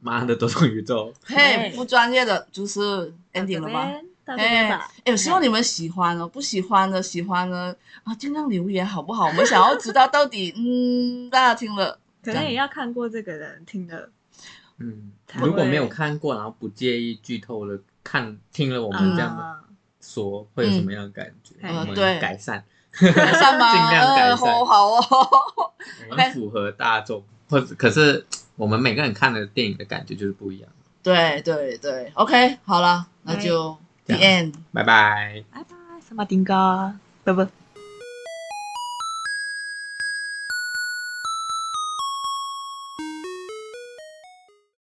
Speaker 3: 妈的，多重宇宙，
Speaker 1: 嘿
Speaker 2: 对，
Speaker 1: 不专业的就是
Speaker 2: 啊
Speaker 1: ending 了吗？？
Speaker 2: 到这边吧，
Speaker 1: 哎有希
Speaker 3: 嗯
Speaker 1: 望你们喜欢哦，不喜欢的喜欢呢啊，尽量留言好不好？我 <laughs> 们想要知道到底，嗯，大家听
Speaker 3: <laughs>
Speaker 1: 了
Speaker 2: 可能也要看过这个人听的，
Speaker 3: <laughs> 嗯，
Speaker 2: 他会
Speaker 3: 如果没有看过，然后不介意剧透了，看听了我们这样的
Speaker 2: 啊
Speaker 3: 说，会有什么样的感觉？
Speaker 2: 嗯
Speaker 3: 我们
Speaker 1: 呃嗯对
Speaker 3: 改善，
Speaker 1: <laughs> 改善吗？
Speaker 3: <laughs> 尽量改
Speaker 1: 呃，
Speaker 3: 善
Speaker 1: 好好 <laughs> 哦。
Speaker 3: 我们符合大众，或者可是我们每个人看的电影的感觉就是不一样。
Speaker 1: 对对对，OK，好了，那
Speaker 3: 哎
Speaker 2: 来
Speaker 1: 就
Speaker 3: 这
Speaker 1: the end。
Speaker 3: 拜拜。
Speaker 2: 拜拜，什么丁哥，拜拜。